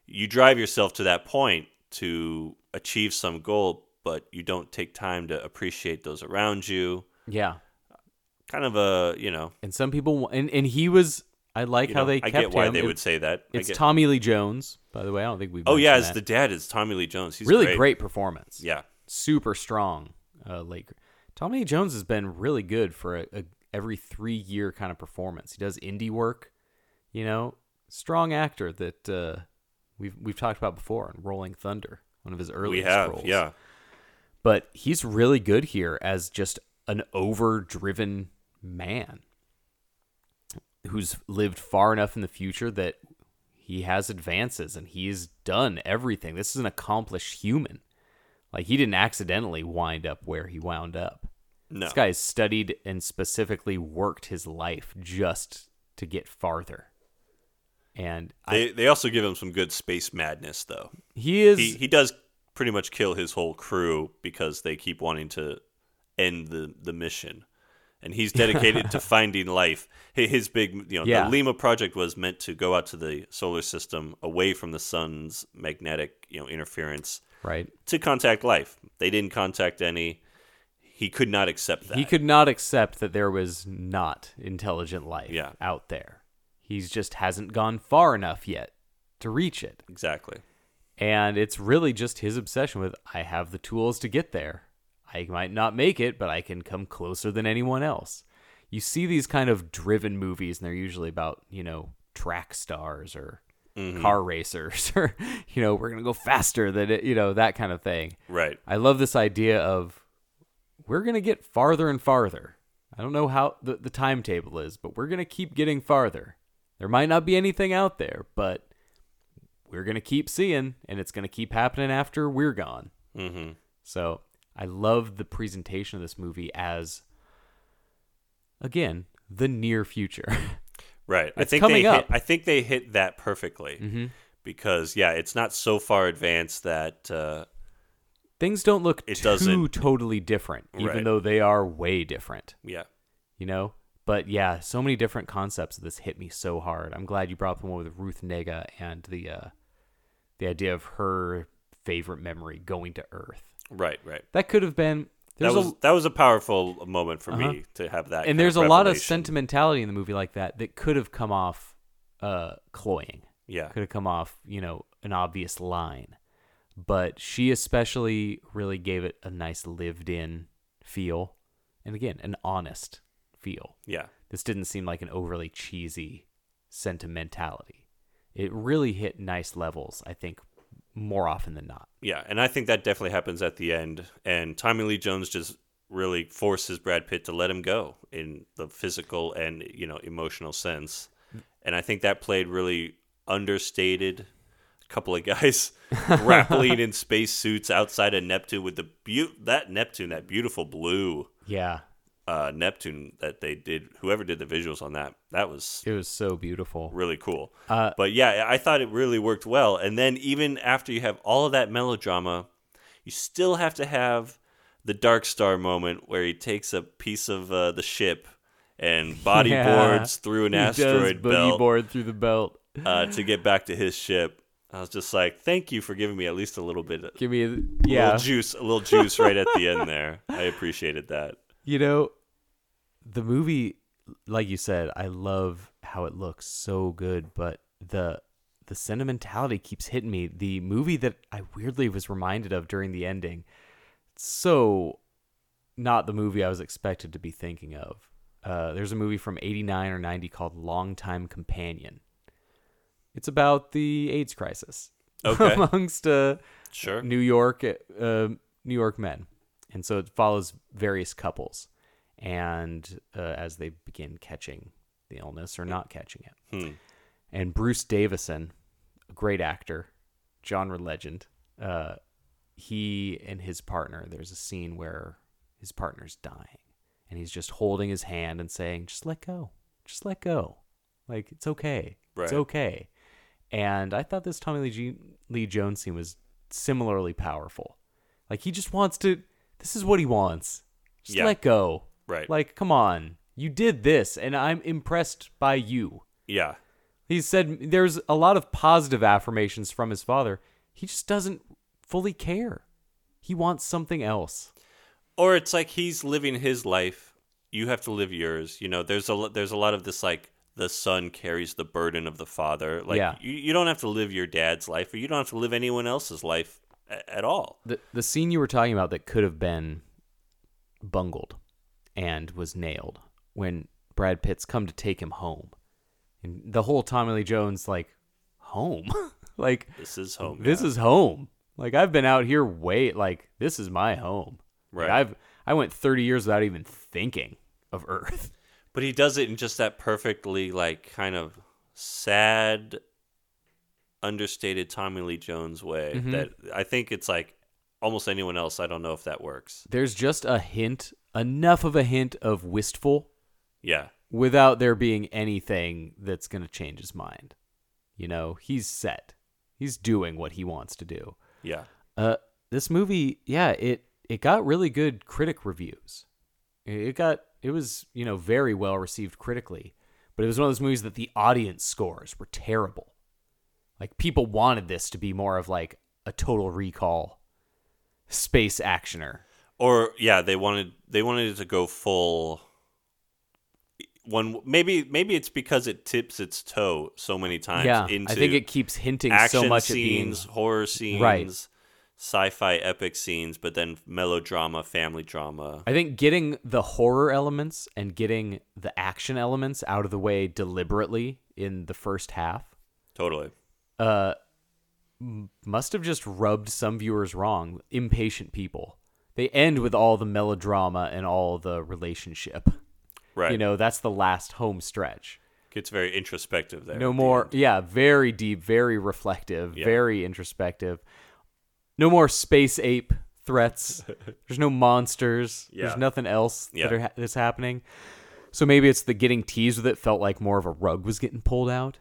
you drive yourself to that point to achieve some goal but you don't take time to appreciate those around you
Yeah.
kind of a you know
And some people wa- and and he was I like
you
how
know,
they
I
kept
get why
him.
they
It-
would say that I
It's
get-
Tommy Lee Jones, by the way. I don't think we've
oh yeah as
mentioned
the
that.
dad is Tommy Lee Jones he's
really great, performance.
yeah
super strong uh, late. Tommy Lee Jones has been really good for a, a every three year kind of performance. He does indie work, you know, strong actor that uh, we've we've talked about before in Rolling Thunder, one of his
we
earliest
have
roles.
yeah
but he's really good here as just an overdriven man who's lived far enough in the future that he has advances and he's done everything. This is an accomplished human. Like he didn't accidentally wind up where he wound up.
no
This guy's studied and specifically worked his life just to get farther. And I,
They, they also give him some good space madness though.
he is
He he does pretty much kill his whole crew because they keep wanting to end the the mission. And he's dedicated to finding life. Hi- His big, you know,
Yeah.
the Lima project was meant to go out to the solar system away from the sun's magnetic, you know, interference
right.
to contact life. They didn't contact any. He could not accept that.
He could not accept that there was not intelligent life
Yeah.
out there. He's just hasn't gone far enough yet to reach it.
exactly.
And it's really just his obsession with I have the tools to get there. I might not make it, but I can come closer than anyone else. You see these kind of driven movies, and they're usually about, you know, track stars or
Mm-hmm.
car racers or, you know, we're going to go faster than it, you know, that kind of thing.
Right.
I love this idea of we're going to get farther and farther. I don't know how the, the timetable is, but we're going to keep getting farther. There might not be anything out there, but we're going to keep seeing, and it's going to keep happening after we're gone.
Mhm.
So I love the presentation of this movie as, again, the near future.
Right. I
It's
think
coming
they
up. Mm-hmm.
Hit, I think they hit that perfectly because yeah, it's not so far advanced that uh,
Things don't look
It
too
doesn't-
totally different, even
Right.
though they are way different.
yeah.
you know? But yeah, so many different concepts of this hit me so hard. I'm glad you brought up the one with Ruth Nega and the uh, the idea of her favorite memory going to Earth.
Right. Right.
That could have been
That
there's
was
a
that was a powerful moment for
Uh-huh.
me to have that. kind
and there's a
of
lot of
revelation.
sentimentality in the movie like that that could have come off uh, cloying.
Yeah.
could have come off, you know, an obvious line. But she especially really gave it a nice lived in feel. And again, an honest feel.
Yeah.
this didn't seem like an overly cheesy sentimentality. It really hit nice levels, I think, more often than not.
Yeah. And I think that definitely happens at the end. And Tommy Lee Jones just really forces Brad Pitt to let him go in the physical and you know emotional sense. And I think that played really understated. Couple of guys grappling in spacesuits outside of Neptune with the be- that Neptune, that beautiful blue
Yeah,
uh, Neptune that they did. Whoever did the visuals on that, that was
it was so beautiful.
really cool.
Uh,
but yeah, I thought it really worked well. And then even after you have all of that melodrama, you still have to have the Dark Star moment where he takes a piece of uh, the ship and body
Yeah.
boards through an
He does
asteroid
boogie
belt
board through the belt.
uh, to get back to his ship. I was just like, thank you for giving me at least a little bit, of
Give me, a,
a
yeah,
little juice, a little juice right at the end there. I appreciated that.
you know, the movie, like you said, I love how it looks so good, but the the sentimentality keeps hitting me. The movie that I weirdly was reminded of during the ending. So not the movie I was expected to be thinking of. Uh, there's a movie from 89 or 90 called Longtime Companion. It's about the AIDS crisis
Okay.
amongst uh,
Sure.
New York, uh, New York men, and so it follows various couples, and uh, as they begin catching the illness or not catching it, and Bruce Davison, a great actor, genre legend, uh, he and his partner. There's a scene where his partner's dying, and he's just holding his hand and saying, "Just let go, just let go, like it's okay,
Right.
it's okay." And I thought this Tommy Lee, G- Lee Jones scene was similarly powerful. Like he just wants to. This is what he wants. Just
Yeah.
let go.
Right.
Like, come on, you did this, and I'm impressed by you.
Yeah.
He said there's a lot of positive affirmations from his father. He just doesn't fully care. He wants something else.
Or it's like he's living his life. You have to live yours. You know, there's a lo- there's a lot of this like the son carries the burden of the father. Like
Yeah.
you, you don't have to live your dad's life, or you don't have to live anyone else's life a- at all.
The the scene you were talking about that could have been bungled and was nailed when Brad Pitt's come to take him home. And the whole Tommy Lee Jones like home. like
This is home.
this
yeah.
is home. Like I've been out here way like this is my home. Like,
Right.
I've I went 30 years without even thinking of Earth.
But he does it in just that perfectly, like, kind of sad, understated Tommy Lee Jones way that I think it's like almost anyone else. I don't know if that works.
There's just a hint, enough of a hint of wistful
Yeah.
without there being anything that's going to change his mind. You know, he's set. He's doing what he wants to do.
Yeah.
Uh, this movie, yeah, it it got really good critic reviews. It it got it was you know very well received critically, but it was one of those movies that the audience scores were terrible. Like people wanted this to be more of like a Total Recall space actioner.
Or yeah, they wanted they wanted it to go full. One maybe maybe it's because it tips its toe so many times.
yeah,
into
I think it keeps hinting
action
so much
scenes,
at being
horror scenes,
Right.
sci-fi epic scenes, but then melodrama, family drama.
I think getting the horror elements and getting the action elements out of the way deliberately in the first half
Totally.
uh, m- must have just rubbed some viewers wrong. Impatient people. They end with all the melodrama and all the relationship.
Right.
You know, that's the last home stretch.
gets very introspective there. at
No
the
more.
end.
Yeah, very deep, very reflective,
Yeah.
very introspective. No more space ape threats. There's no monsters.
Yeah.
There's nothing else
Yeah.
that are ha- that's happening. So maybe it's the getting teased with it felt like more of a rug was getting pulled out.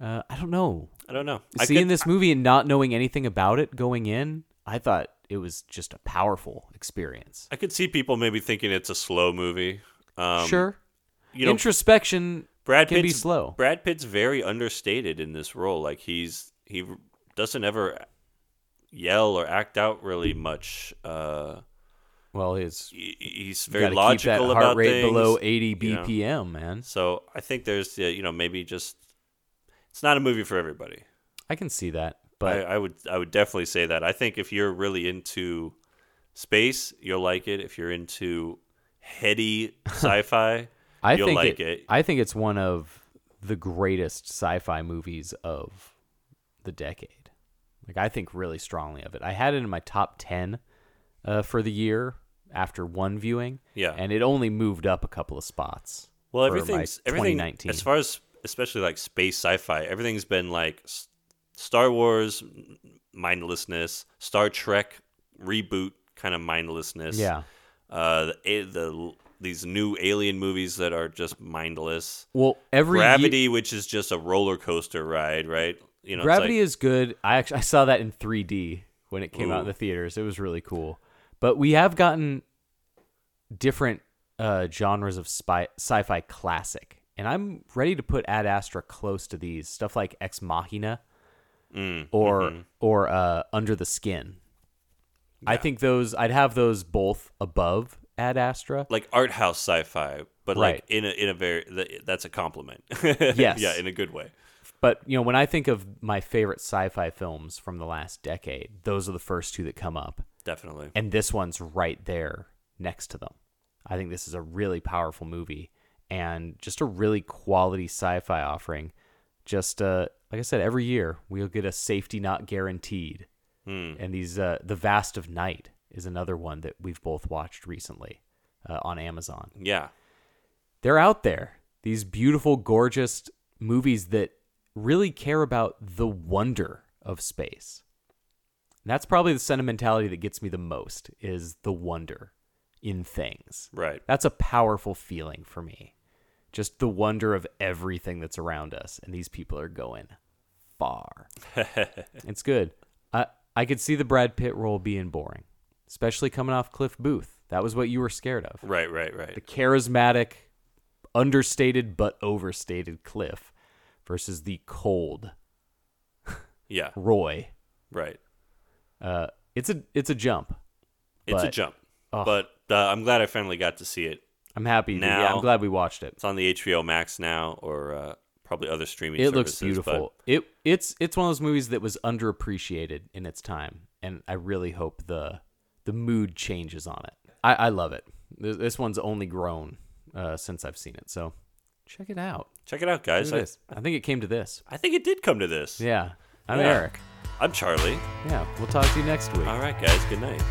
Uh, I don't know.
I don't know. I
Seeing
could-
this movie and not knowing anything about it going in, I thought it was just a powerful experience.
I could see people maybe thinking it's a slow movie. Um,
sure,
you know,
introspection
Brad
can
Pitt's
be slow.
Brad Pitt's very understated in this role. Like he's he doesn't ever yell or act out really much. Uh,
well, it's
he- he's
you
very
gotta
logical
keep that heart
about
rate
things.
below 80
you know.
BPM, man.
So I think there's uh, you know maybe just it's not a movie for everybody.
I can see that, but
I, I would I would definitely say that. I think if you're really into space, you'll like it. If you're into heady sci-fi,
I
you'll
think
like
it,
it.
I think it's one of the greatest sci-fi movies of the decade. Like I think really strongly of it. I had it in my top ten uh, for the year after one viewing.
Yeah.
and it only moved up a couple of spots.
well,
for my
everything's everything
2019.
as far as especially like space sci-fi, everything's been like S- Star Wars m- mindlessness, Star Trek reboot kind of mindlessness.
yeah.
Uh, the, a- the these new alien movies that are just mindless.
Well, every ye-
Gravity, which is just a roller coaster ride, right? You know, it's
Gravity
like-
is good. I actually I saw that in 3D when it came out in
Ooh.
the theaters. It was really cool. But we have gotten different uh, genres of spy, sci-fi classic, and I'm ready to put Ad Astra close to these stuff like Ex Machina
Mm,
or
mm-hmm.
or uh, Under the Skin. I think those I'd have those both above Ad Astra.
like art house sci-fi, but
Right.
like in a in a very th- that's a compliment.
Yes.
yeah, in a good way.
But you know, when I think of my favorite sci-fi films from the last decade, those are the first two that come up,
Definitely.
and this one's right there next to them. I think this is a really powerful movie and just a really quality sci-fi offering. Just uh, like I said, every year we'll get a safety not guaranteed, and these uh, the vast of night is another one that we've both watched recently uh, on Amazon
Yeah.
they're out there. These beautiful, gorgeous movies that really care about the wonder of space. And that's probably the sentimentality that gets me the most is the wonder in things.
Right.
That's a powerful feeling for me. Just the wonder of everything that's around us and these people are going far. it's good. I I could see the Brad Pitt role being boring, especially coming off Cliff Booth. That was what you were scared of
Right. Right. Right.
the charismatic, understated but overstated Cliff versus the cold
Yeah.
Roy.
Right.
Uh, it's a it's a jump.
It's a
But- oh.
jump.
Ugh.
But uh, I'm glad I finally got to see it.
I'm happy. to- yeah, I'm
Now-
glad we watched it.
It's on the HBO Max now, or uh, probably other streaming.
It looks
services, but-
beautiful. It it's it's one of those movies that was underappreciated in its time, and I really hope the the mood changes on it. I, I love it. This, this one's only grown uh, since I've seen it, so check it out.
Check it out,
Look
guys.
at
I,
this. I think it came to this.
I think it did come to this.
Yeah, I'm
Yeah.
Eric.
I'm Charlie.
Yeah, we'll talk to you next week.
All right, guys. Good night.